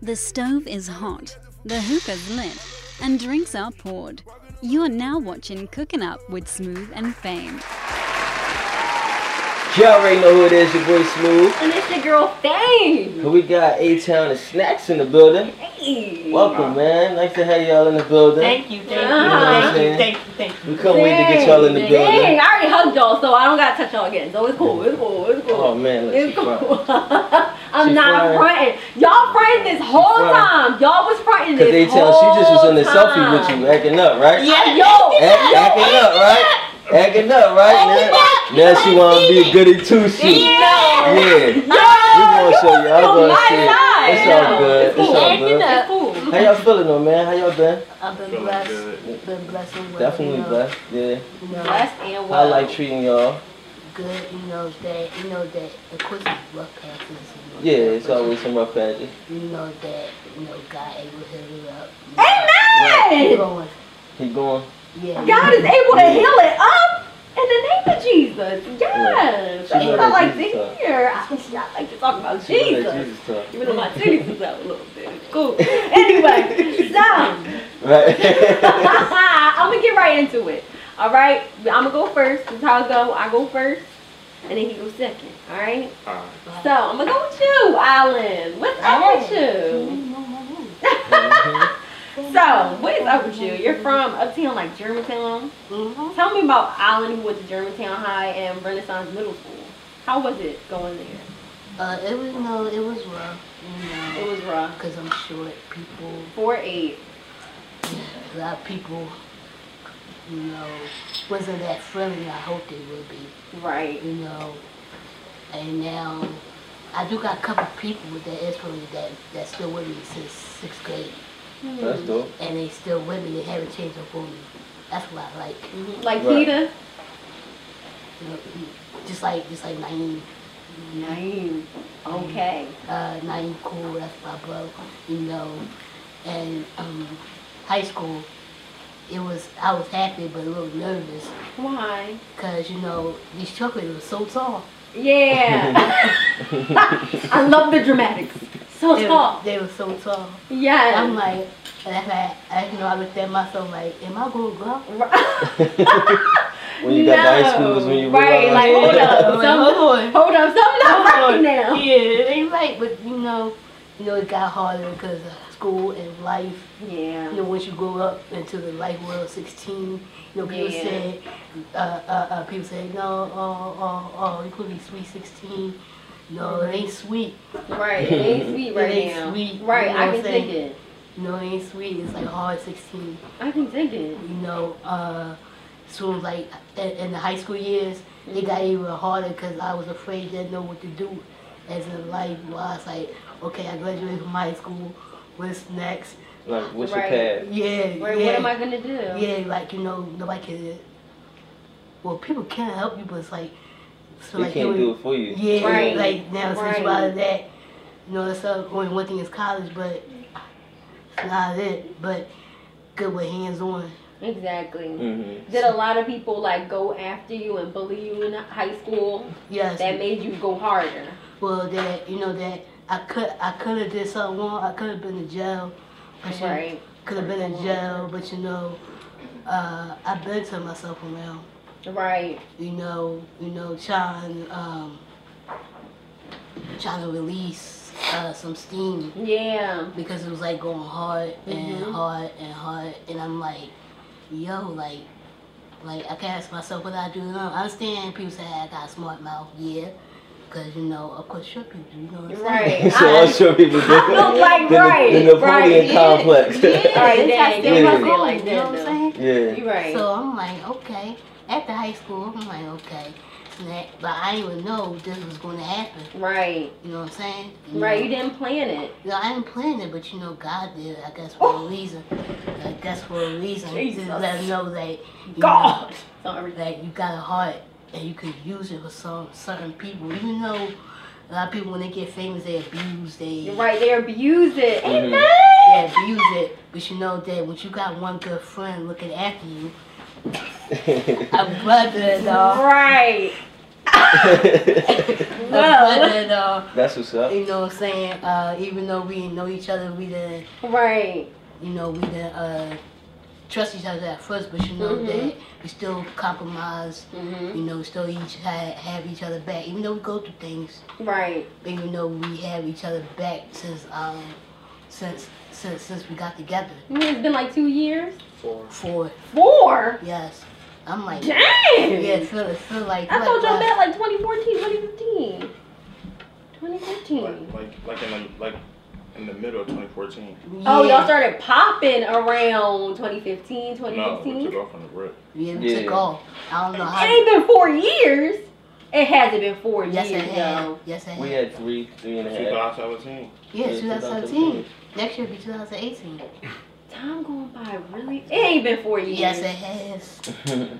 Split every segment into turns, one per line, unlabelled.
The stove is hot, the hookah's lit, and drinks are poured. You are now watching Cooking Up with Smooth and Fame.
Y'all already know who it is, your boy Smooth.
And it's your girl Faye.
And we got A Town and Snacks in the building.
Hey.
Welcome, man. Nice to have y'all in the building.
Thank you, thank you,
Uh-huh.
thank you, thank you, thank you.
We couldn't wait to get y'all in the
Dang,
building.
Dang, I already hugged y'all, so I don't gotta touch y'all again. So it's cool. It's cool. It's cool.
Oh, man, look, she
it's
fine.
cool. I'm
She
not
fine.
fronting. Y'all fronting this whole
fine.
time. Y'all was fronting
Because
this
they tell
whole
she just was in the
time.
selfie with you, acting up, right?
Yeah,
Yo,
Act, acting up, right? Acting up, right? Now, now she want to be a goody two shoes. Yeah.
Yeah.
yo,
We gonna show
you
y'all.
on
We're
oh, my
gonna see it.
side.
It's all good. It's
cool.
all good.
It's cool.
How y'all feeling though, man? How y'all been?
I've been
Feeling
blessed.
good.
Been blessed and well.
Definitely
you know.
blessed. Yeah.
You know,
Blessed and well.
How like treating y'all?
good. You know that. You know that. Of course, it's rough passes. You know,
Yeah, it's always some rough patches.
You know that. You know God able to heal it up. Keep
Amen.
going.
Keep going.
Yeah.
God is able to heal it up in the name of Jesus. Yes.
She
It's
let
not like
Jesus talk.
this here. I I like to talk about
She gonna let
Jesus.
Jesus talk.
Even though my titties is out a little bit. Cool. Anyway, so
Right.
I'm gonna get right into it. All right, I'm gonna go first. This is how it go. I go first, and then he goes second. All right.
Alright.
So I'm gonna go with you, Alan. What's up with you?
Mm-hmm.
So what is up with you? You're from uptown, like Germantown.
Mhm.
Tell me about Alan who went to Germantown High and Renaissance Middle School. How was it going there?
Uh, it was no, it was rough. You
It
know,
was rough.
because I'm short. People,
Four eight.
a lot of people. You know, wasn't that friendly. I hope they would be.
Right.
you know, and now I do got a couple people that is probably that that's still with me since sixth grade,
That's dope.
and they still with me. They haven't changed up on me. That's what I like.
Mhm. Like
Right.
Peter.
You know, just like just like Naeem,
Nine. Okay.
uh, Naeem Cool. That's my bro. You know, and um, high school. It was I was happy but a little nervous
Why?
because you know these chocolates were so tall.
Yeah. I love the dramatics. So
They were-
tall.
They were so tall.
Yes.
I'm like, and I, had- I, you know, I looked at myself like, am I going to grow?
when you got to high school is when you
Right,
realize.
like, hold up.
I'm like,
Some-
hold on.
Hold up, something not
Hold
right
on.
now.
Yeah, it ain't right, but you know, you know, it got harder because of school and life. You know,
Yeah.
once you grow up into the life world, 16, you know, people
Yeah.
said, uh, uh, uh, people say, no, oh, oh, oh, you could be sweet 16. No, it ain't sweet.
Right. It ain't sweet
It
right
ain't
now.
sweet, you
Right,
know
I
what
can
I'm
take
saying?
it.
No, it ain't sweet. It's like hard 16.
I can take it.
you know, uh, so like in, in the high school years, it got even harder because I was afraid didn't know what to do as in life. Well, I was like, okay, I graduated from high school. What's next?
Like, what's
Right.
your path?
Yeah,
Right,
yeah,
what am I gonna do?
yeah. Like you know, nobody can. Well, people can help you, but it's like, so
They
like
can't
it
do
was-
it for you.
Yeah,
Right,
like now since you out
right.
of that, you know, it's uh, only one thing is college, but it's not it. But good with hands on.
Exactly.
Mm-hmm.
Did a lot of people like go after you and bully you in high school
Yes.
that made you go harder?
well that you know that I could I could have did something wrong. I could have been in jail, but you
Right.
could have been in jail. But you know, uh, I've been to myself around.
Right.
You know, you know, trying um, trying to release uh, some steam
Yeah.
because it was like going hard and
Mhm.
hard and hard, and I'm like, yo, like. Like I can ask myself what I do now. I understand people say I got a smart mouth, yeah, because you know, of course, sure people, do, you know what I'm saying?
Right.
so
I-
I'm sure people do.
look like
the,
right,
the Napoleon
right.
complex.
Yeah,
All right,
it's
dang,
like
you
that
gotta
my
say it
goal,
like
you know
that,
what I'm
though.
saying?
yeah.
You're right.
So I'm like, okay. After high school, I'm like, okay. Snack. But I didn't even know this was going to happen.
right.
You know what I'm saying? You
Right. You
Know?
didn't plan it.
You know, I didn't plan it, but you know, God did. I guess for a reason. I guess for a reason.
Oh. Jesus.
To let him know that you
God. Sorry.
know, that you got a heart and you could use it for some certain people. Even though a lot of people, when they get famous, they abuse. They
You're right. They abuse it.
Mhm.
Amen.
they abuse it. But you know that when you got one good friend looking after you, a brother, dog.
Right.
But then, uh,
That's what's up.
you know what I'm saying? Uh, even though we didn't know each other, we didn't,
Right.
you know, we didn't uh, trust each other at first, but you know
Mhm.
that we still compromise.
Mm-hmm.
You know, still each have, have each other back, even though we go through things.
Right.
Even though we have each other back since um since since since we got together.
I mean, it's been like two years.
Four.
Four
Four.
yes, I'm like
Dang.
yeah, feel it feel like
I
like
told y'all
last-
that like 2014, 2015. 2015. Hmm.
Like, like, like in the, like in the middle of 2014.
Oh,
yeah.
y'all started popping around 2015,
No, we
2016.
took off on the rip.
Yeah, we took
Yeah.
off. I don't know
It
how.
ain't been four years. It hasn't been four
Yes, it
years,
had.
though.
Yes, it
We
had.
had three, three and a half.
2017.
Yeah,
Yeah,
2017. Next year will be 2018.
Time going by really. It ain't been four years.
Yes, it has.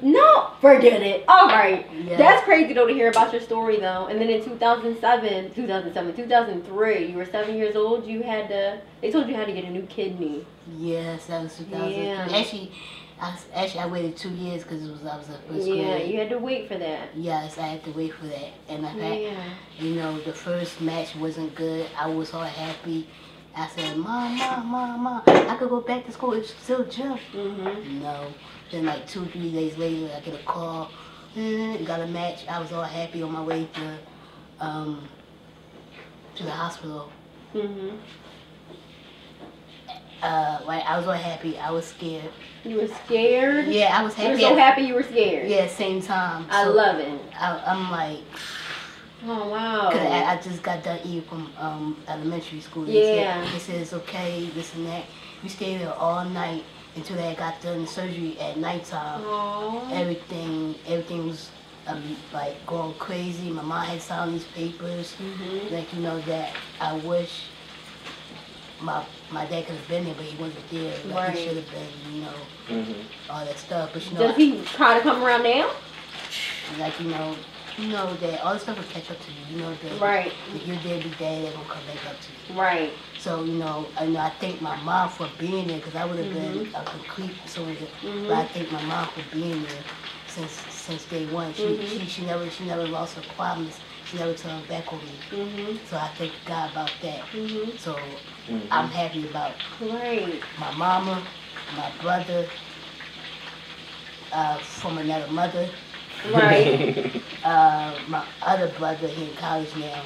No, forget it. All right.
Yeah.
That's crazy though to hear about your story though. And then in 2007, 2007, 2003, you were seven years old. You had to. They told you how to get a new kidney.
Yes, that was 2003.
Yeah.
Actually, I, s- actually, I waited two years because it was I was in first
yeah,
grade.
you had to wait for that.
Yes, I had to wait for that, and I had,
Yeah.
you know, the first match wasn't good. I was all happy. I said, "Mom, mom, mom, mom, I could go back to school. It's still gym."
Mhm.
No. Then like two, three days later, I get a call. "Mm, Got a match. I was all happy on my way to, um, to the hospital.
Mhm.
Uh, like I was all happy. I was scared.
You were scared.
Yeah, I was
You were
happy.
so
at-
happy you were scared.
Yeah, same time.
I
So
love it.
I, I'm like,
Oh wow.
'cause I, I just got done eating from um elementary school.
Yeah.
They said, they said it's okay, this and that. We stayed there all night until they got done surgery at nighttime.
Aw.
everything everything was um, like going crazy. My mom had signed these papers,
Mhm.
like you know that I wish my my dad could have been there, but he wasn't there. Like
Right.
he should have been, you know,
hmm
all that stuff. But you know,
Does he try to come around now?
like you know, you know that all this stuff will catch up to you. You know that
Right.
if your dad be dead, it will come back up to you.
Right.
So you know, I know I thank my mom for being there because I would have been a complete soldier.
Mm-hmm.
But I thank my mom for being there since since day one. She
Mhm.
she, she never she never lost her promise. She never turned back on me.
Mhm.
So I thank God about that.
Mhm.
So
Mm-hmm.
I'm happy about
Great.
my mama, my brother, uh, from another mother,
Right.
uh, my other brother he in college now.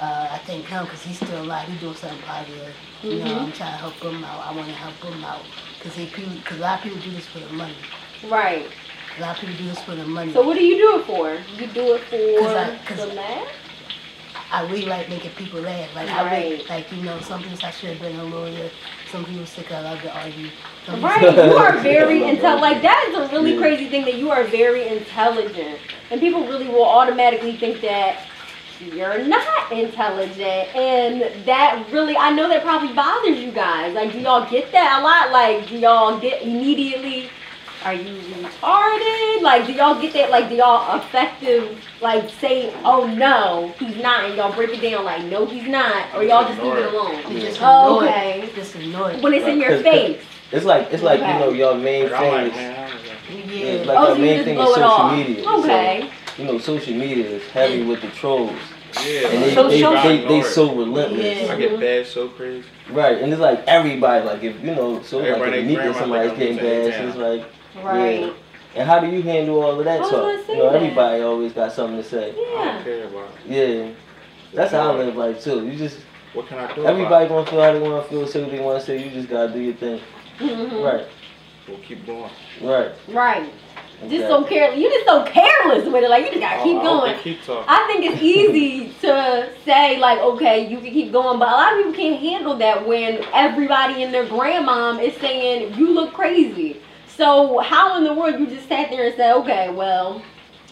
Uh, I thank him because he's still alive. He's doing something uh, positive. You know,
Mm-hmm.
I'm trying to help him out. I want to help him out because a lot of people do this for the money.
Mm-hmm. right.
A lot of people do this for the money.
So what do you do it for? You do it for
'Cause I- 'cause-
the laugh?
I really like making people laugh. Like I really,
Right.
like you know, some people I should have been a lawyer. Some people sick. I love to argue. Some
Right,
people-
you are very intelligent. Like that is a really
Yeah.
crazy thing that you are very intelligent, and people really will automatically think that you're not intelligent, and that really I know that probably bothers you guys. Like, do y'all get that a lot? Like, do y'all get immediately? Are you retarded? Like, do y'all get that? Like, do y'all effective? Like, say, oh no, he's not, and y'all break it down. Like, no, he's not, or y'all just leave it alone.
You just
Oh,
ignore
okay.
it. Just ignore it.
When it's in your
Right, 'cause- 'cause-
face.
It's like it's like you know your main
Like, I'm like,
thing. Is,
man, I was like,
Yeah.
it's like
oh,
your
so you
main
just
thing
blow
is
it
social
off.
media. So,
Okay.
you know, social media is heavy with the trolls,
yeah,
and they
like,
they,
I
they,
ignore
they
it.
so relentless.
Yeah.
I
Mhm.
get bashed so crazy.
Right, and it's like everybody, like if you know, so like
Everybody
if Nika
grandma
somebody's
think I'm
getting
saying
bashed, it's
down.
like,
Right.
yeah. And how do you handle all of
I
that
was gonna
talk?
say
You know,
that.
everybody always got something to say.
I don't
Yeah.
care about
Yeah, that's how I live life too. You just
what can I do.
everybody gonna feel how they wanna feel, say what they wanna say. You just gotta do your thing.
Mhm.
Right,
About it? We'll keep going.
right.
Right.
Exactly. Oh,
Just so careless. You just so careless with it. Like you just gotta
I-
keep
I hope
going.
they Keep talking.
I think it's easy to say like, okay, you can keep going, but a lot of people can't handle that when everybody and their grandmom is saying you look crazy. So how in the world you just sat there and said, okay, well,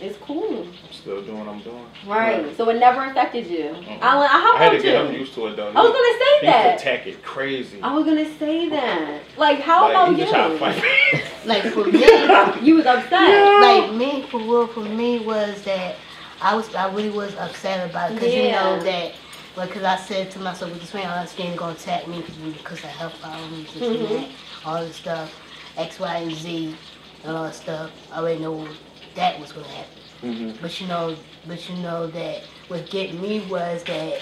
it's cool,
I'm still doing what I'm doing.
right? So it never affected you.
Mm-hmm.
Mhm.
I, I, how
I had to
about you?
get him used to it though.
I was gonna say
he
that.
attack it crazy.
I was gonna say that. Like, how
like,
about
he
you?
just trying to fight me.
Like for me.
You was upset.
like me for real for me was that I was I really was upset about it because
Yeah.
you know that because I said to myself with this man I understand gonna attack me because I help problems this and that, all this stuff X Y and Z and all that stuff I already know that was gonna happen
hmm
But you know, but you know that what get me was that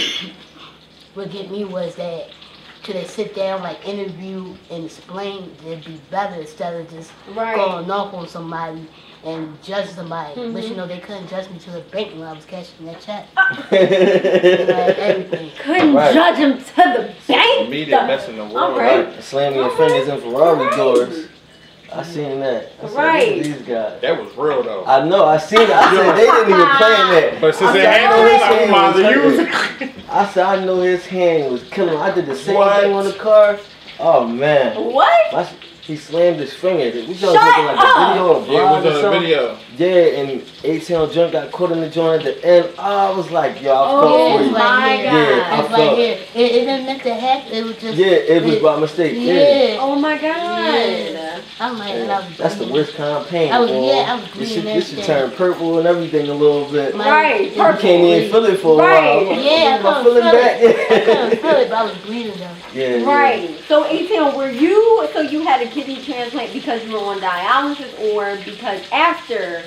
what get me was that to they sit down like interview and explain it'd be better instead of just
Right.
going off on somebody and judge somebody. But
Mhm.
you know they couldn't judge me to the bank when I was cashing that check.
Mm-hmm. Right.
Like, everything.
Couldn't
Right.
judge him to the bank.
Immediate
though.
mess in the world.
All right.
Slamming your fingers in Ferrari
Right.
doors. I seen that. I said, look at
Right.
These guys.
That was real though.
I know. I seen it. I said they didn't even play that.
but since
I
it
said, I know his
happened,
hand
I'm
was hurting.
about to use it.
I said I know his hand was killing. him. I did the same
What?
thing on the car. Oh man,
What?
My, s- he slammed his finger. We was
Shut
making like
up.
a video or a blog
Yeah, it was
or
on the
something.
video.
Yeah, and A Town Junk got caught in the joint at the end. Oh, I was like, yo, I
Oh
felt for you.
my
Yeah,
I
It's
god.
like
felt-
here, it, it didn't meant to happen. It was just
Yeah, it was by mistake. Yeah.
yeah.
Oh my
Yeah.
god.
I'm like, and
Yeah.
I was
That's the
bleeding.
worst kind of pain.
I was-
boy.
yeah, I was
This
bleeding
should, this should
everything.
turn purple and everything a little bit.
My-
Right.
you can't even feel it for a
Right.
while.
Yeah, I
my
couldn't feel
feeling
it.
back.
I couldn't feel
Yeah.
it, but I was bleeding though.
yeah, yeah.
Right. So, Aton, were you so you had a kidney transplant because you were on dialysis, or because after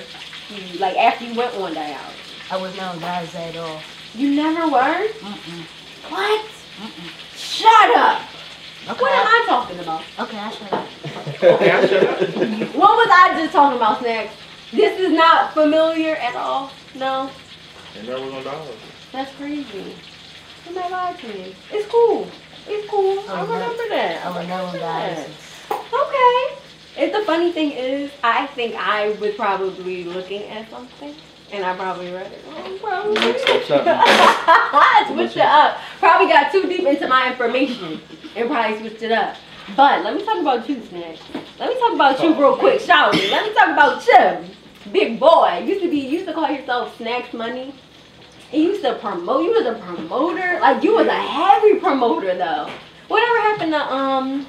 you like after you went on dialysis,
I was not embarrassed at all.
you never were?
Mm-mm.
What? Shut up.
Okay,
What am
I,
I talking about?
okay, I shut up.
Okay, I shut up.
What was I just talking about, Snacks? This is not familiar at all. No,
And that was on dollars.
that's crazy. Somebody lied to me. It's cool. It's cool. I
Oh, no.
remember that.
I was never on
Yeah.
dialysis.
Okay. And the funny thing is, I think I was probably looking at something, and I probably read it wrong. Probably.
Mixed up something.
I switched it up. Probably got too deep into my information, and probably switched it up. But let me talk about you, Snatch. Let me talk about you real quick, shall we? Let me talk about you, big boy. Used to be, used to call yourself Snacks Money. You used to promote. You was a promoter. Like you was a heavy promoter, though. Whatever happened to um,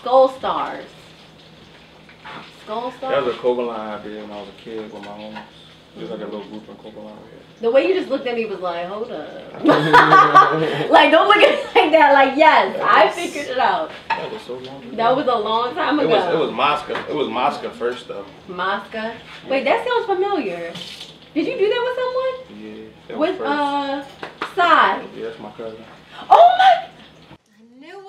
Skull Stars? Skull
That
Stars.
was a Cobaline beer when I was a kid with my homies. It was like a little group in Cobaline.
The way you just looked at me was like, hold up. like don't look at me like that. Like yes, I figured it out.
That was so long ago.
That was a long time
it
ago.
was, it was Mosca. It was Mosca first though.
Mosca. Wait, that sounds familiar. Did you do that with
Yeah. That
someone?
was
With
first.
uh, Sai.
Yeah, that's my cousin.
Oh my! I knew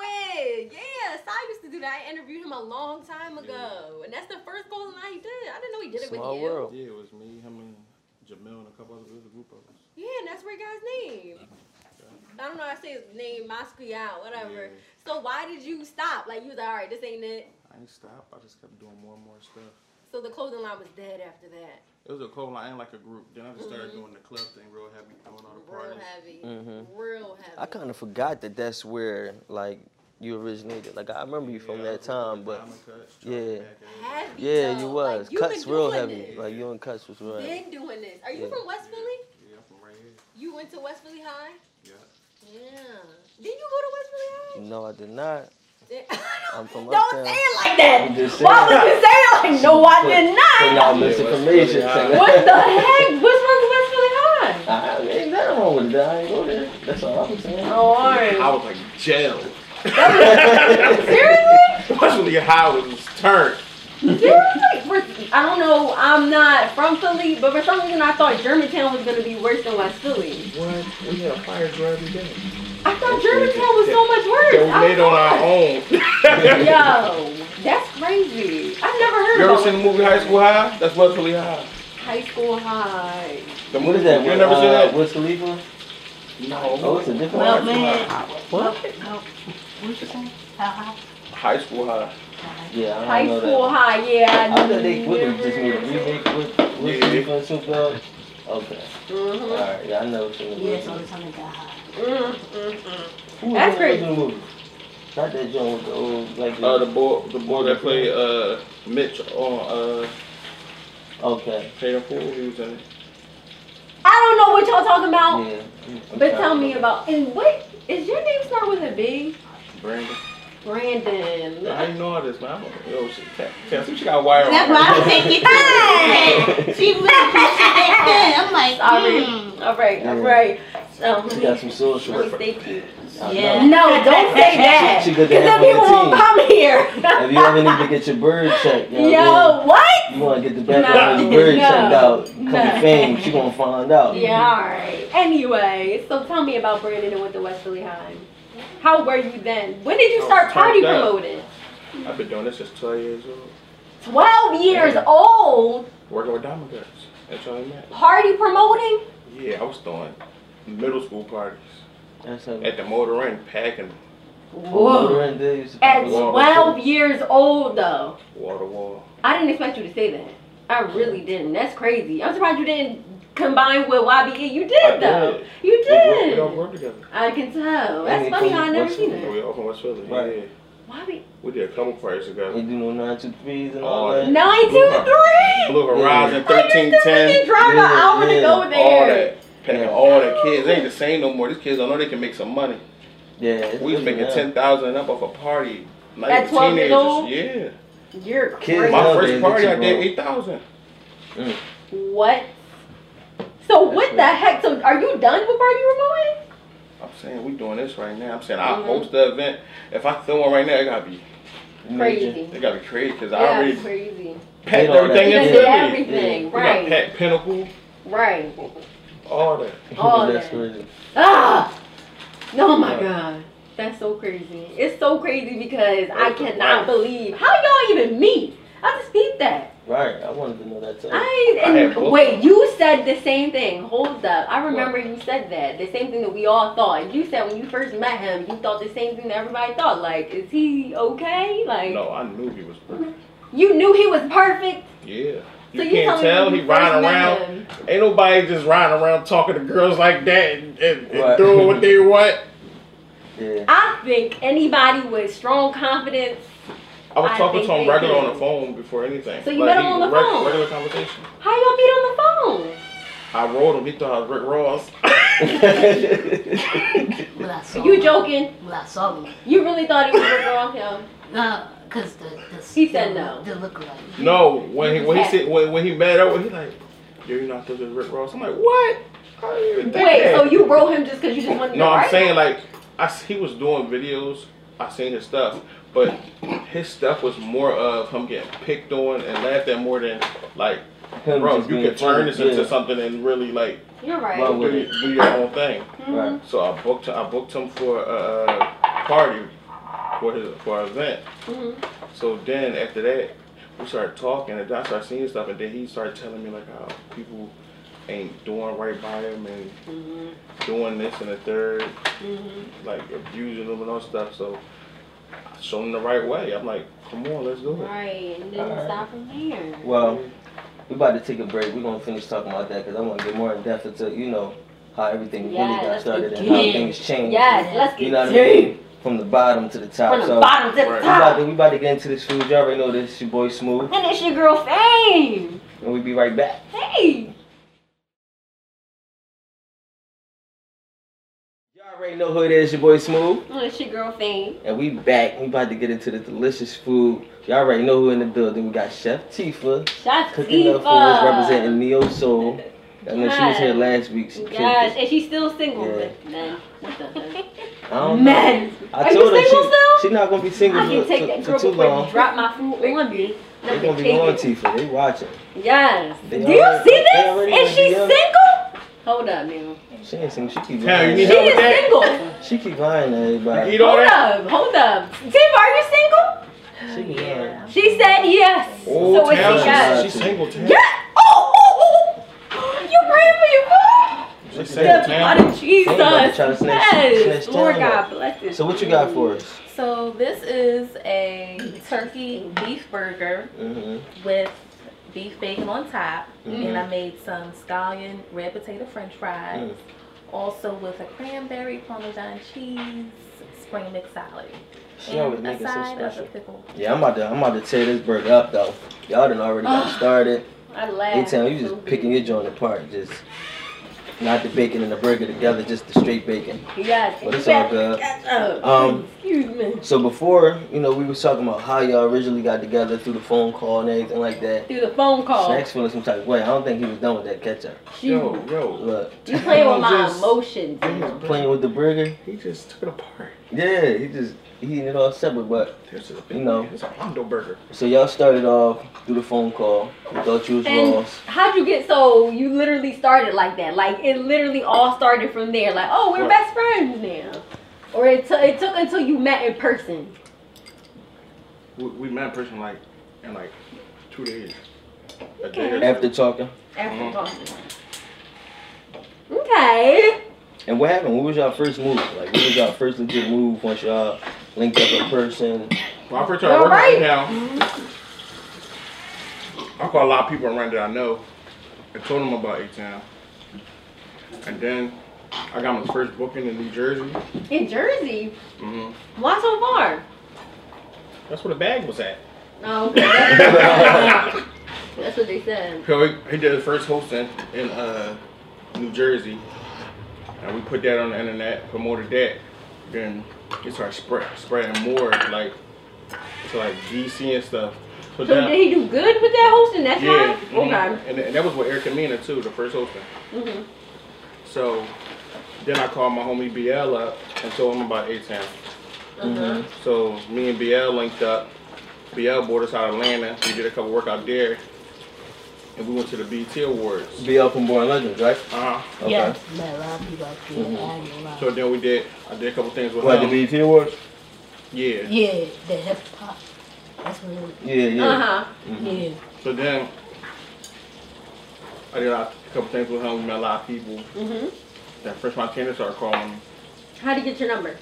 it. Yeah, Sai used to do that. I interviewed him a long time ago, and that's the first golden eye he did. I didn't know he did it
Small
with you.
world.
Yeah, it was me, him, and Jamil, and a couple other a group of us.
Yeah, and that's where he got his name. I don't know. how to say his name, Moscow, whatever.
Yeah.
So why did you stop? Like you was like, all right, this ain't it.
I ain't stop. I just kept doing more and more stuff.
So the clothing line was dead after that.
It was a Cobaline and like a group. Then I just started doing the club thing, real heavy, doing all the
Mm-hmm. Real
parties.
heavy.
Mhm.
Real heavy.
I kind of forgot that that's where like you originated. Like I remember you from
Yeah, I
that
was doing
time, but
Diamond Cuts,
yeah.
Charlie Mack, and-
heavy.
yeah,
though.
you was
Like, you
cuts
been
real
doing
heavy.
This.
Like you and cuts was real. heavy.
Been doing this. Are you
Yeah.
from West Philly?
Yeah, I'm from right here.
You went to West Philly High.
Yeah.
Yeah. Did you go to West Philly
No, I did not.
High?
I'm from
Don't
uptown.
say it like that.
I'm just
Why would
saying.
you say it like no? I did
So
not.
y'all misinformation.
Yeah,
What the heck? What's wrong with West Philly High?
I ain't nothing wrong with that. I ain't go there. That's all I'm saying.
Oh, all right.
I was like jail.
Seriously?
Especially how it was turned.
Seriously? For- I don't know. I'm not from Philly, but for some reason I thought Germantown was gonna be worse than West Philly.
What? We had a fire drill every day.
I thought Germantown was so much worse.
That we
I
made on our
thought-
own.
Yo, that's crazy. I've never heard
You
of
ever
about
seen the movie High School High? That's West Philly High.
high school high.
The
What is that?
You never seen that? uh,
What's Khalifa? Oh,
No.
it's a different
Well,
one.
man,
What?
what you say? How high?
High School High.
Yeah, I don't
High
know
school
that.
high, yeah.
I thought they would have
never-
just made a remake with with
Yeah.
Khalifa and Superbell. Okay. All
Mhm,
right. Yeah, I know. what you mean.
Yes, all the time I got high.
mm, mm, mm.
Who was
That's
in the
crazy.
original movie? Not that oh, joint with the old black
Uh, the
dude.
boy, the boy that played uh, Mitch on uh,
Okay.
Tatum Pool, he was in it.
I don't know what y'all talking about,
Yeah. I'm
but
sorry.
tell me about. And what is your name start with a B?
Brandon.
Brandon.
I ain't know all this, man. I don't know. Yo, she, Cassie, she got wire
That's
on.
why I was thinking. Hey, she really appreciated that. I'm like,
Sorry.
hmm.
All right, all
Yeah.
right. So
She got some soul
let me
short.
stay cute.
I
Yeah.
know.
No, don't say that.
She- she
Because
good to
then
have on the
people won't
team.
come here.
If you ever need to get your bird checked, you know what I mean?
Yo, what?
You want to get the back of his word
No,
checked out. Cause
no.
of fame, she gonna find out.
Yeah, all right. Anyway, so tell me about Brandon and with the Westerly High. How were you then? When did you
Oh,
I
start
was
party
turned up.
promoting?
I've been doing this since 12 years old.
12 years old,
Working with Diamond Girls. That's all I met.
party promoting?
Yeah, I was throwing middle school parties
That's how.
at the motor inn, packing
Whoa.
Lauren Daigle used to
At
pop up.
12 years old, though.
wall to wall.
I didn't expect you to say that. I really didn't. That's crazy. I'm surprised you didn't combine with YBE. You
I
did,
did.
though. You
We, work- we all
did.
worked together.
I can
And
tell. That's
they
funny
from
how I never
West
seen that. E.
We all from West Philly.
Right.
Yeah.
YBE.
We did a couple parties
You
Mm.
together.
do no nine two threes and all
Oh,
that.
no.
923!
Blue Horizon,
I used to freaking
1310,
drive an
Yeah,
hour to
yeah.
go
all
there.
that. Packing all the kids. They ain't the same no more. These kids, I know they can make some money.
Yeah, it's
We was
different
making
now.
ten thousand and up off a party. Not
At
even
12 years
teenagers.
old?
Yeah.
You're
Kids
crazy.
My
Yeah,
first
they
party,
get
I
you
did
wrong.
eight thousand.
What? So what
That's
the heck? So are you done with Party Remote?
I'm saying we doing this right now. I'm saying I
Mhm.
host the event. If I throw one right now, it gotta be
Major.
Crazy.
it gotta be crazy because I
yeah,
already
crazy.
packed
all that.
everything
You
in
Yeah.
done did
Philly.
everything.
We got
Right.
packed Pinnacle,
Right.
all that.
All
That's
that.
crazy.
Ah! No, my
Yeah.
God. That's so crazy. It's so crazy because I
That's a
cannot
lot.
believe. How y'all even meet? I just need that.
Right, I wanted to know that too.
I,
I had
and,
both.
wait, you said the same thing. Hold up. I remember you said that. The same thing that we all thought. You said when you first met him, you thought the same thing that everybody thought. Like, is he okay? Like,
No, I knew he was perfect.
you knew he was perfect.
Yeah.
so
You
you telling me
can't tell
when
he
you first
riding
met
around.
him.
Ain't nobody just riding around talking to girls like that and, and, and
Right.
doing what they want.
Yeah.
I think anybody with strong confidence.
I was
I
talking
think
to him
they
regular
do.
on the phone before anything.
So you met him
he-
on the
reg-
phone?
Regular conversation.
How y'all meet on the phone?
I rolled him. He thought I was Rick Ross.
When I saw
You
him-
joking? Uh,
When I saw him.
You really thought he was a wrong yo?
Nah, cause the the
He said no.
The look like.
No, when he when he said when, when he met up, he like, yo, you not supposed to be Rick Ross. I'm like, what? I didn't even think
Wait,
that.
so you wrote him just because you just wanted
No,
to
I'm
write
saying
him?
like, I s- he was doing videos. I seen his stuff, but his stuff was more of him getting picked on and laughed at more than like,
Him
bro,
just
you
being
could turn
funny,
this into
yeah.
something and really like
You're right.
Well,
do,
With
do your own thing.
Mhm.
So I booked I booked him for a party for his for an event.
Mhm.
So then after that, we started talking, and I started seeing stuff, and then he started telling me like how people ain't doing right by him and
Mhm.
doing this and the third,
Mhm.
like abusing them and all stuff. So I showed him the right way. I'm like, come on, let's do it.
Right, and then
All
you
right.
stop from there.
well, we about to take a break. We're gonna finish talking about that because I want to get more in depth into you know how everything really
Yeah,
got
let's
started and
begin.
how things changed.
Yes, let's
You
get
know what I
deep.
mean? From the bottom to the top.
From the
so
bottom to the
Right.
we about,
top.
to, we about to get into this food. You already know this. Your boy Smooth,
And it's your girl Fame.
and we'll be right back.
Hey.
You already know who it is. Your boy Smooth,
And Oh, it's your girl Fame.
and we back. We about to get into the delicious food. You already know who in the building. We got Chef Tifa
Shots
cooking up for us, representing Neo Soul. I know she was here last week. She killed
Gosh,
it.
and she's still single,
Yeah.
but man, what the heck?
I don't know.
Men.
I
Are you
told her
single
she,
still?
she not gonna be
I
single
can
for,
take
for-
that
for
girl
too
before you
long.
drop my food on me.
They gonna be on Tifa. They watching.
Yes.
They
Do you
already-
see
they
this?
already
Is
went
she
together.
single? Hold up, man.
She ain't single. She keep
Hell, you
lying.
need
She
help
is
with that?
single.
She keep lying to
You
everybody.
eat all
Hold
that?
up, hold up. Tim, are you single?
She keep lying.
She said yes.
Oh,
so it's
Tam,
a yes.
she's-
yes.
she's single, Tam.
Yes! Oh, oh, oh. You praying for your food?
She's single,
The blood
Tam.
of Jesus.
Somebody about to try to snatch-
Yes.
snatch
Lord
Tam
God
up.
bless it.
So what you got for us?
So this is a turkey beef burger
Mm-hmm.
with beef bacon on top, and
Mhm.
I made some scallion red potato French fries,
Mm.
also with a cranberry parmesan cheese spring mix salad,
She always
and a
making so
side of a
special.
pickle.
Yeah, I'm about to I'm about to tear this burger up though. Y'all done already got started.
I laugh.
Anytime you
so
just
good.
picking your joint apart, just not the bacon and the burger together, just the straight bacon.
Yes.
But it's
you
all
better
good.
catch up.
Um,
Excuse me.
So before, you know, we was talking about how y'all originally got together through the phone call and everything like that.
Through the phone call.
Snacks feeling some type of way. I don't think he was done with that ketchup.
Yo,
You,
yo.
Look,
you playing with my
Just-
emotions.
Damn, bro.
playing with the burger.
He just took it apart.
Yeah, he just eating it all separate, but
This is a
You know.
It's a Hondo burger.
so y'all started off through the phone call. You thought you was
And-
Ross.
How'd you get so you literally started like that? Like it literally all started from there. Like oh, we're
Right.
best friends now, or it took it took until you met in person.
We, we met in person like in like two days. A day or two.
After talking.
After
Mhm.
talking. Okay.
And what happened? What was y'all first move? Like, what was y'all first legit move once y'all linked up in person?
When I first started
All
working
right.
right now, I called a lot of people around that I know and told them about A-Town. And then I got my first booking in New Jersey.
In Jersey,
hmm
why so far?
That's where the bag was at.
Oh, okay. That's that's what they said.
So he, he did his first hosting in uh, New Jersey, and we put that on the internet, promoted that. Then it started spread, spreading more, like to like DC and stuff. So
So did he do good with that hosting? That's
yeah,
why.
mhm. and, and that was with Eric Amina too, the first hosting.
Okay. hmm
So then I called my homie BL up and told him about A Town.
Mhm.
So me and BL linked up. BL brought us out of Atlanta. We did a couple work out there, and we went to the BT Awards.
Be up and born legends, right?
Uh huh.
Okay.
Yeah, met a lot of people out there. I ain't gonna lie.
So then we did. I did a couple things with
What,
him.
the BET Awards?
yeah.
yeah, the hip hop. That's what it was.
Yeah, yeah. Mm-hmm.
Uh huh.
Yeah.
So then I did a lot- a couple things with him. We met a lot of people.
hmm
That first my tennis started calling. me.
How'd you get your number?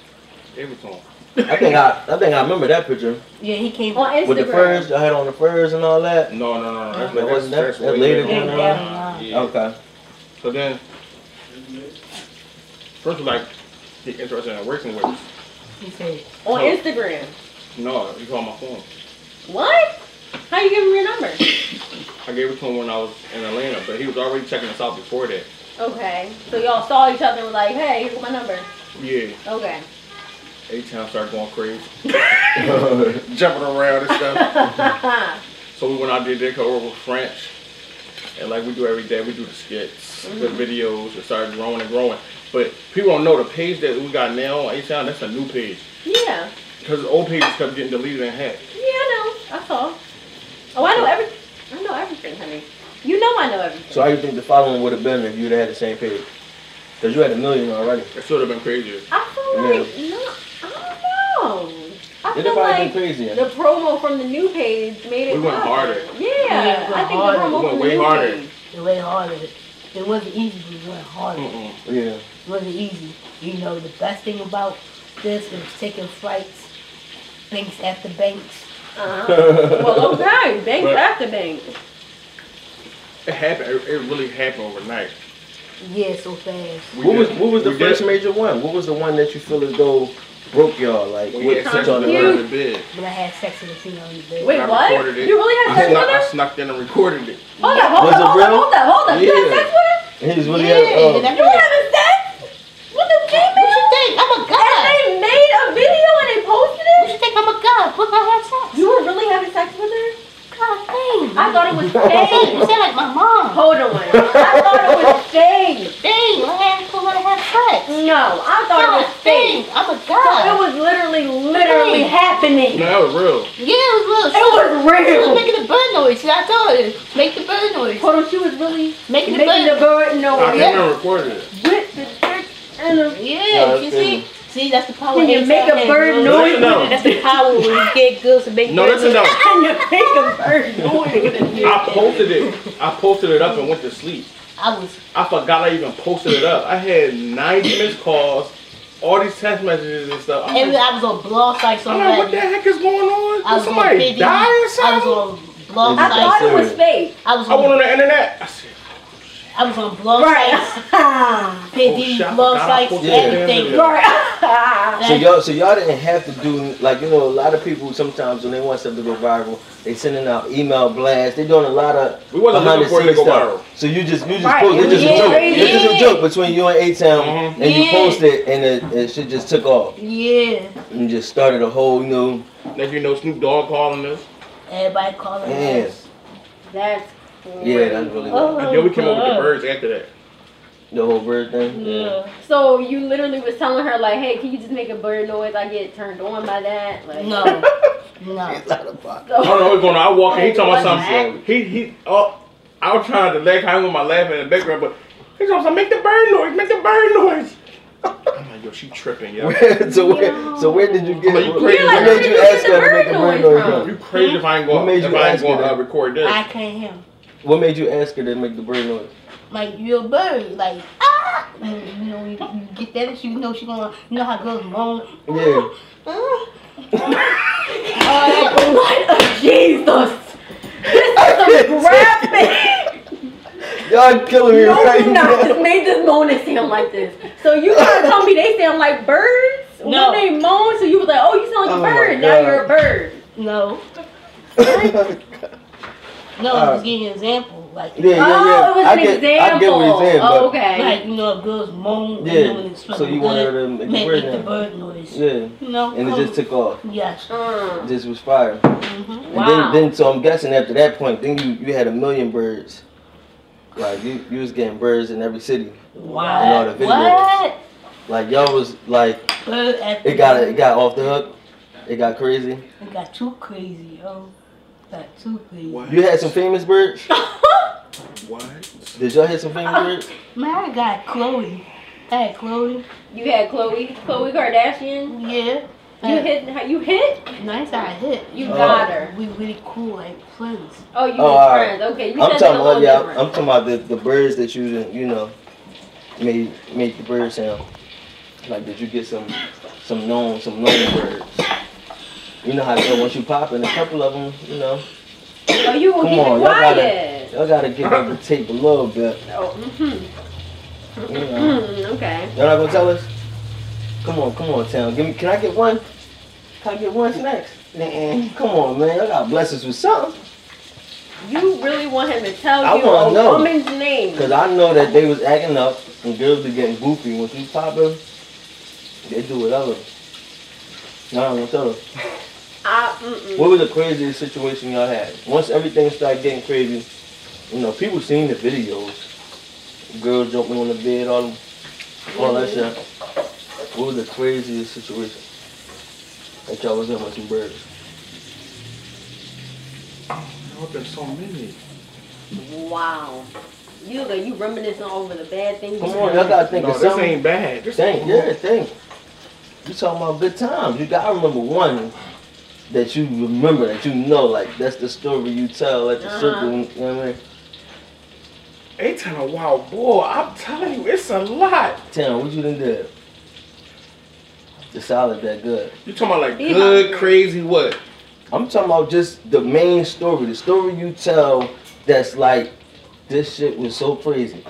It was on.
I think I, I think I remember that picture
Yeah, he came.
On Instagram.
with the furs. I had on the furs and all that.
No, no, no, no. That's,
Ah. That wasn't-
that's,
that- that
way
later
back.
than that.
Yeah.
Okay.
So then, first was like, get interested in working with us.
He said,
On
No.
Instagram.
No, he called my phone.
What? How you give him your number?
I gave it to him when I was in Atlanta, but he was already checking us out before that.
Okay. So y'all saw each other and was like, hey, here's my number.
Yeah,
Okay.
A-Town started going crazy, jumping around and stuff.
mm-hmm.
So we went out there, did cover with French, and like we do every day, we do the skits, the videos. It started growing and growing. But people don't know the page that we got now on H-Town, that's a new page.
Yeah.
Because the old pages kept getting deleted and hacked.
Yeah, I know. I saw. Oh, I know every. I know everything, honey. You know I know everything.
so how you think the following would have been if you'd had the same page? Cause you had a million already.
It should have been crazier.
I feel
Yeah.
like no, I don't know. I
It'd have
feel
probably been
like
crazier.
the promo from the new page made it.
We went
harder.
harder.
Yeah,
Yeah, we went
I think
harder.
the promo
We went
from
way
the new
harder.
page.
it went harder. It wasn't easy, but it went harder.
Mm-mm.
Yeah.
It wasn't easy. You know, the best thing about this is taking flights, banks after banks.
Uh-huh. well, okay, bank
But-
after bank.
It happened. It, it really happened overnight.
Yeah, so fast.
We
What was
did-
what was the
we
first
did-
major one? What was the one that you feel as though broke y'all? Like
We had
what put
sex with
y'all
the
in
You-
girl in
early?
the bed.
When I had sex with a female in the bed.
Wait,
I
what?
recorded it.
You really had
I
sex
snuck,
with
I
her?
snuck in and recorded it.
Hold up, hold
Was it
up, hold up,
real?
hold up, hold up. You had
Yeah.
sex with
He was really
Yeah,
having-
and
oh.
her?
I-
You having sex? With the female?
What you think? I'm a
And
god.
they made a video and they posted
What
it?
you think? I'm a god. What I had sex?
You were really having sex with her?
God dang.
I thought it was
Dang, you
fake.
sound like my mom.
Hold on. I thought it was fake.
Dang, I had to let her have sex.
No, I thought it was
God
fake.
dang, I'm a
It
god.
was literally, literally happening.
No, that was real.
Yeah, it was
It
little.
was
She was
real.
making the bird noise. See, I told her, make the bird noise.
Hold on, she was really
Making the
making the bird
bird.
I
noise
came and recorded it.
with the trick and the...
Yeah,
that's
you
good.
see, see, that's the power.
Can you
of
make a
H-Town.
bird
No, that's a no.
That's the power when you get good to make
No,
bird
that's a
noise.
no.
Can you make a bird noise?
I posted it. I posted it up and went to sleep.
I was
I forgot I even posted it up. I had 90 missed calls, all these text messages and stuff. I'm
And
like,
I was on blog sites on
I'm like, what the
that.
heck is going on?
I
Did
was on
somebody
Biddy.
die or
I was
something?
on blog
I
I thought
sites.
it was fake.
I was
I went
on
on the internet. I said,
I was on blog sites,
Right.
Biddy,
Oh, shit, I
blog
forgot I
sites,
posted
that
everything.
video.
Right.
So y'all, so y'all didn't have to do like you know a lot of people sometimes when they want something to go viral, they sending out email blasts. They doing a lot of
We wasn't
behind the
looking for it to
scenes
go
stuff. So you just you just
Right,
post. It's just
yeah,
a joke.
yeah.
It's just a joke between you and A Town,
Mhm.
and you
Yeah.
post it, and it, it shit just took off
Yeah.
and just started a whole new.
Next you know, Snoop Dogg calling us.
Everybody calling
Yeah.
us.
That's
Yeah, that's really.
Oh,
And then we came up with the birds after that.
The whole bird thing.
Yeah. So you literally was telling her like, "Hey, can you just make a bird noise? I get turned on by that." Like,
No, no.
It's out of pocket.
I don't know what's going on. I walk in, he talking about
What's
something. He he oh I was trying to leg him with my laugh in the background, but he talking about make the bird noise, make the bird noise. I'm like, yo, she tripping, yo.
so where? So where did you get?
But you
where- where
crazy. You're like,
did
where
you
did you
ask
get the
her to make a bird
bird noise
noise?
from?
from?
you crazy if I ain't
What
going
made
if
you
I ain't
ask
going
her
to
that?
uh, record this.
I can't hear. him.
What made you ask her to make the bird noise?
Like you're a bird, like ah. And, you know, you, you get that, she you know she gonna, you know how girls moan.
Yeah.
Ah.
Uh, blood of Jesus. This is a graphic.
Y'all killing me
No,
right
you not.
now.
Just made this moaning sound like this. So you trying to tell me they sound like birds
No.
when they moan? So you was like, "Oh, you sound like
Oh
a
my
bird. Now
God.
you're a bird."
No, no,
Uh.
I'm just giving you an example. Like,
yeah, yeah, yeah.
Oh, it was
I
an
get,
example.
I get what you're saying, but
oh, okay.
like you know, if girls moan.
Yeah,
You know, when it's
so you wanted her to make the bird
the
noise.
bird noise.
yeah,
You know,
and it just took off.
yes.
Mm.
This was fire.
Mm-hmm.
And
Wow.
then, then, so I'm guessing after that point, then you, you had a million birds. Like you, you was getting birds in every city. And all the
Wow.
videos.
what?
Like y'all was like
Bird at
it got it got off the hook. It got crazy.
It got too crazy, yo. Got too crazy.
What?
You had some famous birds.
What?
Did y'all hit some famous birds?
Man, I got Chloe. I had Chloe.
You had Chloe, Chloe Kardashian.
Yeah.
You hit, you hit,
Nice, I hit.
you
Oh.
got her.
We really cool, like friends.
Oh, you
Oh,
was
all
friends. Okay, you
I'm
said
talking
that a little
about yeah. I'm
different.
talking about the, the birds that you didn't- you know made made the bird sound. Like did you get some some known some known birds? You know how they go once you pop in a couple of them. You know
Oh, you gonna
Come
keep
on, y'all
it
gotta-
quiet?
y'all gotta give up the tape a little bit.
Oh, mm-hmm.
You know.
Mm, okay.
Y'all not gonna tell us? Come on, come on, town. Give me. Can I get one? Can I get one snacks? Nah, come on, man. Y'all gotta bless us with something.
You really want him to tell
I
you
wanna
a
know.
woman's name?
Cause I know that they was acting up and girls be getting goofy. Once you pop them, they do whatever. Y'all not gonna tell us.
I, mm-mm.
What was the craziest situation y'all had? Once everything started getting crazy, you know, people seen the videos. Girls jumping on the bed, all, all that shit. What was the craziest situation that y'all was in with some birds?
Oh, there's so many.
Wow. You look, you reminiscing over the bad things.
Come
you
on,
done.
y'all gotta think
No,
of
this
something.
ain't bad. This
Think, yeah, think. You talking about good times. You gotta remember one that you remember that you know, like that's the story you tell at the
Uh-huh.
circle. You know what I mean?
They telling a wild boy. I'm telling you, it's a lot.
Town, what you done did? The salad that good.
You talking about like
Be
good,
hungry.
crazy what?
I'm talking about just the main story, the story you tell that's like this shit was so crazy.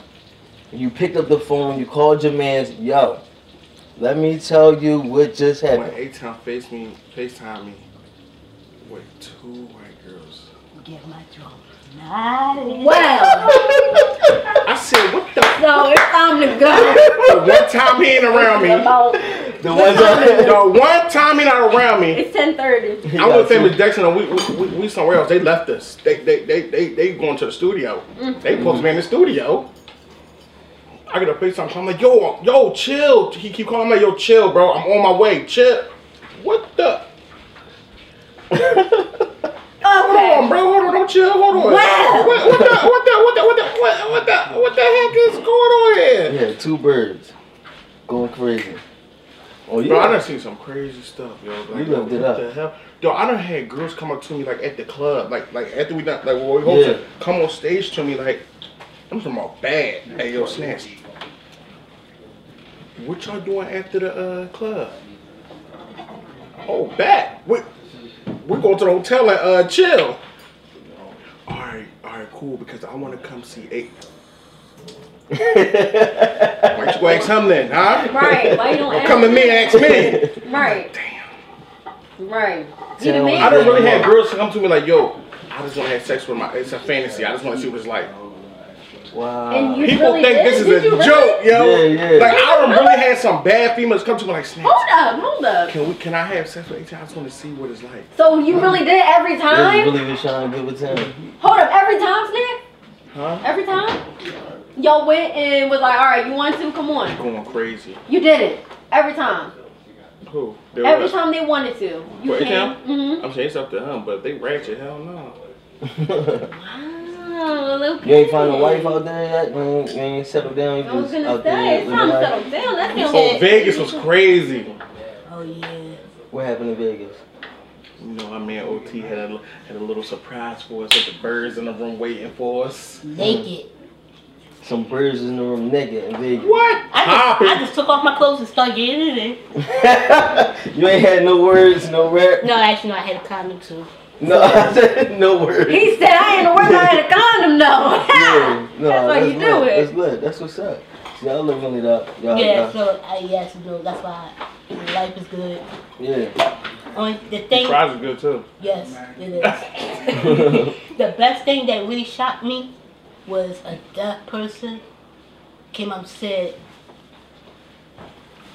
You picked up the phone, you called your man's, yo, let me tell you what just
When
happened.
A Town faced me, FaceTime me with two white girls.
Get my drum. Nice.
Well,
I said, what the f
so it's time to go.
the one time he ain't around me.
About,
The ones that
The one time he not around me.
it's ten thirty.
I'm with them with Dexter and we, we, we, we somewhere else. They left us. They they they they, they going to the studio. They supposed to be in the studio. I get a FaceTime call. I'm like, yo, yo, chill. He keep calling me, yo, chill, bro. I'm on my way. Chill. What the? Hold on,
Okay.
bro. Hold on. Don't chill. Hold on.
Wow.
What, what the? What the? What the? What the? What, what the? What the heck is going on here?
Yeah, two birds going crazy. Oh,
Bro, I
yeah.
done seen some crazy stuff, yo. Like,
You
yo,
lived it
what
up.
the hell? Yo, I done had girls come up to me like at the club, like like after we done like what we hosted,
Yeah.
come on stage to me like I'm talking about bad. Hey yo, snatch. What y'all doing after the uh, club? Oh, back. We we going to the hotel and uh chill. All right, all right, cool. Because I want to come see eight. Why don't you go ask him then, huh?
Right. Why you don't
Don't
ask
come to me and ask me.
Right. Right. You the
Tell
I
man.
don't really have girls come to me like, yo, I just want to have sex with my. It's a fantasy. I just want to see what it's like.
Wow.
And you
People
really
think
did?
this is
Did
a
you really?
joke, yo.
Yeah, yeah.
Like I don't really had some bad females come to me like, Snap,
Hold up, hold up.
can we? Can I have sex with AT? I just want to see what it's like.
So you really did it every
This
time?
really was trying to give a time.
Hold up, every time, Snack?
Huh?
Every time? y'all went and was like, all right, you want to? Come on.
Going crazy.
You did it every time.
Who? They
Every
was-
time they wanted to. You
Right
came.
now?
Mm-hmm.
I'm saying it's up to him, but if they ratchet, hell no.
Wow, Ah, okay.
you ain't find a wife out there yet? You ain't, you ain't settled down? You
I was
just
gonna
out
say,
there
it's
with
time to
life?
settle down. That's the
So
only.
Vegas was crazy.
Oh yeah.
What happened in Vegas?
You know, our man OT had a had a little surprise for us. With the birds in the room waiting for us.
Naked.
Some birds in the room naked in Vegas.
What?
I just, I
Popping.
just took off my clothes and started getting in it.
you ain't had no words, no rap.
No, actually, no, I had a condom too.
No, I said no words.
He said, I ain't aware I had a condom though.
Yeah, no,
That's how
lit.
you do it.
That's lit. That's what's up. See, I look on it up. Y'all, Uh,
Yeah,
yeah,
so I yes, no, that's why life is good.
yeah.
Only the
The
thing,
Surprise is good too.
yes, it is. the best thing that really shocked me was a deaf person came up and said,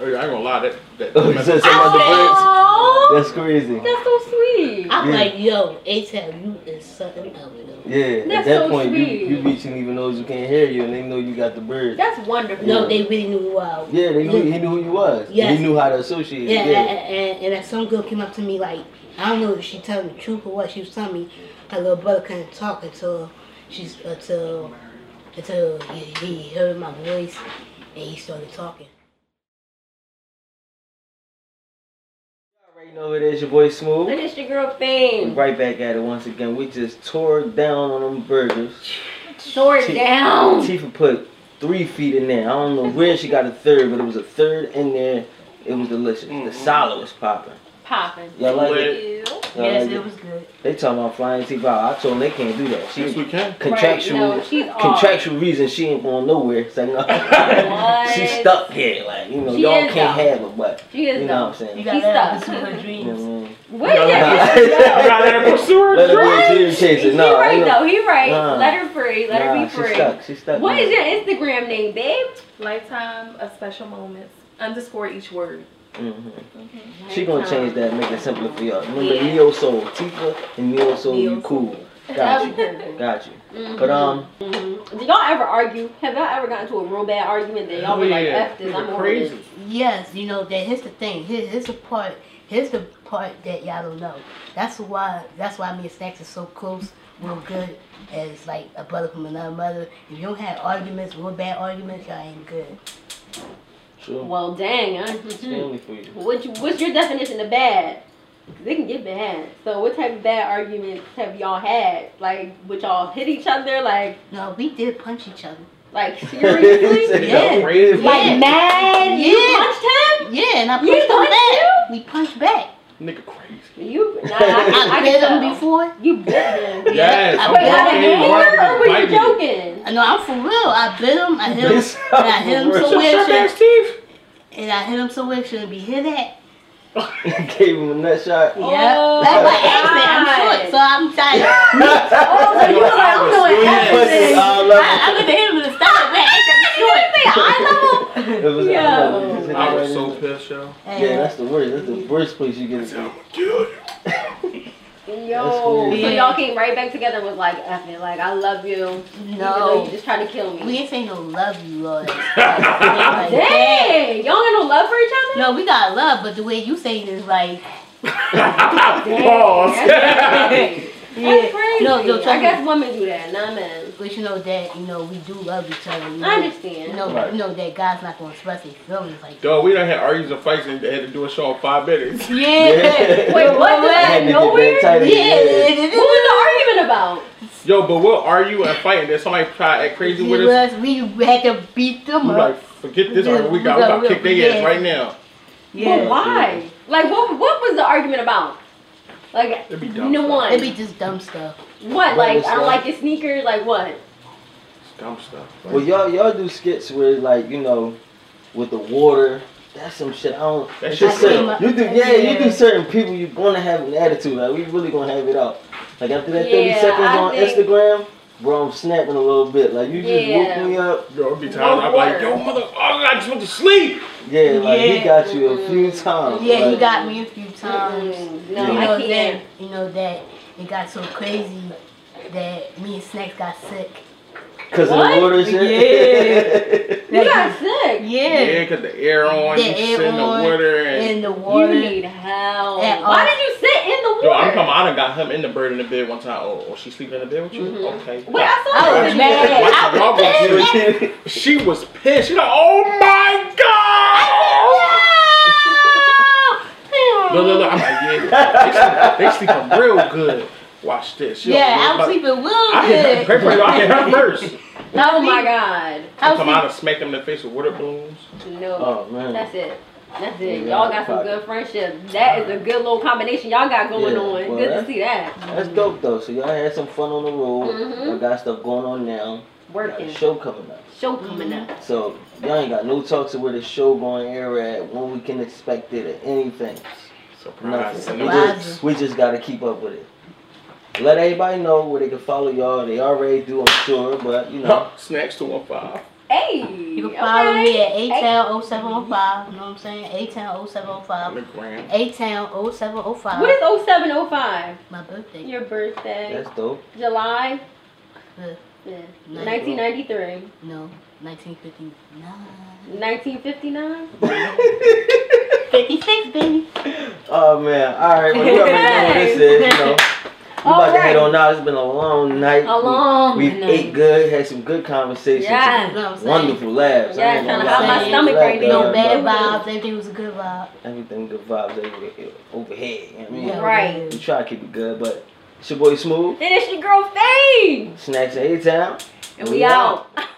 Oh, I ain't gonna lie, that that,
Oh, he said something about the
Aww,
birds. That's crazy.
Oh, that's so sweet.
I'm
Yeah.
like, yo, ASAP, you is something else. yo."
Yeah,
That's
at that
so
point,
sweet.
you you reaching even those who can't hear you, and they know you got the birds.
That's wonderful.
No, they really knew who I was.
Yeah, they knew he knew who you was. and
Yes.
He knew how to associate.
Yeah,
Yeah,
and, and, and then some girl came up to me like, I don't know if she telling the truth or what she was telling me. Her little brother couldn't talk until she's until until he, he heard my voice and he started talking.
Right now, it is your boy Smooth.
And it's your girl
We
Fame.
right back at it once again. We just tore down on them burgers.
Tore it
T-
down.
Tifa put three feet in there. I don't know where she got a third, but it was a third in there. It was delicious. The salad was popping.
Popping.
Y'all like it?
Ew.
Y'all
yes,
like
it was good.
They talking about flying Tifa out. I told them they can't do that.
Yes,
She
we can.
contractual
Right, no, she's off.
contractual reason she ain't going nowhere. So no.
What?
she's stuck here. Like you know,
She
y'all
is,
can't
though.
have her. But
She is
you know what I'm
though.
saying.
You
You
gotta
She's
let her
stuck.
pursue
know what I mean?
her dreams.
What is that?
Nah.
You gotta let her pursue her
Let her
dream.
be a dream chaser.
He
No,
right
ain't no-
though. He right.
Nah.
Let her free. Let
nah,
her be
she's
free.
stuck. She's stuck.
What
now.
is your Instagram name, babe?
Lifetime of special moments. Underscore each word.
Mhm. She gonna change that, and make it simpler for y'all. Remember
Yeah.
Neo Soul, Tifa, and Neo Soul.
Neo
you cool. Got
That'd
you.
be perfect.
Got you.
Mhm.
But um,
Mhm. Did y'all ever argue? Have y'all ever gotten to a real bad argument that y'all were like, F this,
Nigga
I'm over this?
crazy.
Yes, you know that. Here's the thing. Here, here's the part. Here's the part that y'all don't know. That's why. That's why me and Snacks are so close. We're good as like a brother from another mother. If you don't have arguments, real bad arguments, y'all ain't good.
sure.
Well, dang. I, mhm.
Family for you.
what you, what's your definition of bad? 'Cause It can get bad. So, what type of bad arguments have y'all had? Like, would y'all hit each other? Like,
No, we did punch each other.
like seriously?
Said,
Yeah.
Crazy.
Like mad? You
Yeah.
punched him?
Yeah, and I
You
punched them
punched
back.
him?
We punched back.
Nigga crazy.
You? Nah, I, can- I,
I
I
bit
can
them
tell.
before.
You bit him.
Yeah,
Yes.
I
I'm
Wait,
bet.
walking
out
in,
of anger
you walking in,
or were you
biting me.
joking?
No, I'm for real. I bit him. I hit him.
This-
And I hit him
Shut
somewhere.
Shut your
shouldn't-
ass, Steve.
And I hit him somewhere it shouldn't be hit at.
Gave him a nut shot.
Yeah,
Oh,
that's my accident. I'm
God.
short, so I'm tired.
Oh, so you were like, I'm doing
Yeah.
Pussy,
everything.
I
I,
uh, love
I'm gonna hit him in the stomach. Man, I'm short.
I know.
it. It was- I love it. Just hit
I
it
was
right in
so
there.
pissed, yo.
Yeah, that's the worst. That's the worst place you get
I'm
it.
good.
Yo,
That's
so
weird.
y'all came right back together and was like, F it, like I love you. Even though you
no.
just tried to kill me.
We ain't saying no love you, Lord. Like,
Dang, y'all ain't no love for each other?
No, we got love, but the way you saying it is like,
Pause.
Dang.
yeah.
That's crazy.
No, no,
I
trust me. Mm-hmm.
guess women do that, not men.
But you know that, you know, we do love each other. You know,
I understand.
You know,
Right.
you know that God's not gonna express his feelings like that.
Yo, we done had arguments and fights and had to do a show in five minutes.
Yeah.
Wait, what?
I had to
Did that
get
nowhere?
that tight in there.
Yeah. it- it-
What was the argument about?
Yo, but we'll argue and fight and then somebody try to act crazy with
it
us.
was, we had to beat them
We
up.
like, forget this
We
argument. We got, we got to kick their ass right now.
But
Yeah.
why? Like, what What was the argument about? Like,
It'd be dumb.
no one.
It'd be just dumb stuff.
what? Like, I
Dumb
don't like your sneakers. Like, what?
stuff. Dumb stuff.
Well, y'all y'all do skits where like you know, with the water. That's some shit. I don't.
That
it's
shit
just certain-
sick.
You do, yeah, you
Yeah.
do certain people. You're gonna have an attitude. Like we really gonna have it out. Like after that 30
Yeah,
seconds
I
on
think-
Instagram, bro, I'm snapping a little bit. Like you just
Yeah.
woke me up.
Yo, it'd be times I'm like, yo, motherfucker, I just went to sleep.
Yeah, like he
Yeah.
got you a few times.
Yeah, he
like,
got me a few times.
Mm-mm.
Yeah.
No,
Um, you
I
know
can't.
that you know that it got so crazy that me and Snacks got sick.
Because of the
What?
water and shit?
You got sick.
Yeah,
Yeah.
because the air on,
The
you
air
sit in the
on,
water and.
In the
You
water.
need help.
And
Why
all-
did you sit in the water?
Yo, I'm talking. I done got him in the bird in the bed one time. Oh, oh she sleeping in the bed with you?
Mhm.
Okay.
Wait, I saw
Mm-hmm. I
you
was
in
mad.
bed.
Y'all was pissed. She was pissed. She like, oh my god! Look, look, look. I'm like, yeah. They sleep, they sleeping real good. Watch this. She over
Yeah,
there,
I'm
like-
sleeping
I
real
hit her,
good.
pray, pray, I hit her first.
Oh my god.
I'm talking
sleeping-
about to smack them in the face with water balloons.
No.
oh, man.
That's it. That's it.
Yeah,
Y'all got some good friendships. That is a good little combination y'all got going
Yeah,
on.
well,
good to
that-
see that.
That's dope, though. So y'all had some fun on the road.
Mhm.
Y'all got stuff going on now. Y'all got a
Working.
show coming up.
Show coming up.
So y'all ain't got no talks of where the show going air at, when we can expect it, or anything.
Surprise.
Nothing.
And it
We
was-
just, we just gotta keep up with it. Let everybody know where they can follow y'all. They already do, I'm sure, but you know.
Huh, Snacks 215.
Hey.
You can follow me at
okay.
A Town 0705. You know what I'm saying? A Town
On the
0705.
gram.
A Town 0705.
What is 0705?
my birthday?
Your birthday?
That's dope.
July?
Huh.
Yeah.
Nice.
1993.
No, 1959.
1959?
oh
56, baby.
man. Alright, well you already know who this is, you know. We about to head on out. It's been a long night.
A long
we, we
night.
ate good, had some good conversations.
Yeah.
You know what I'm saying?
Wonderful laughs.
Yeah,
I ain't gonna
tryna hide
lie.
my
Everything
stomach
good
right
vibes,
now.
No bad
but
vibes. Everything was a good vibe.
Everything good vibs over, overhead. You know what I mean?
Yeah,
Right.
yeah.
We try to keep it good, but it's your boy Smooth,
Then it's your girl Faye.
Snacks and A Town.
And we out.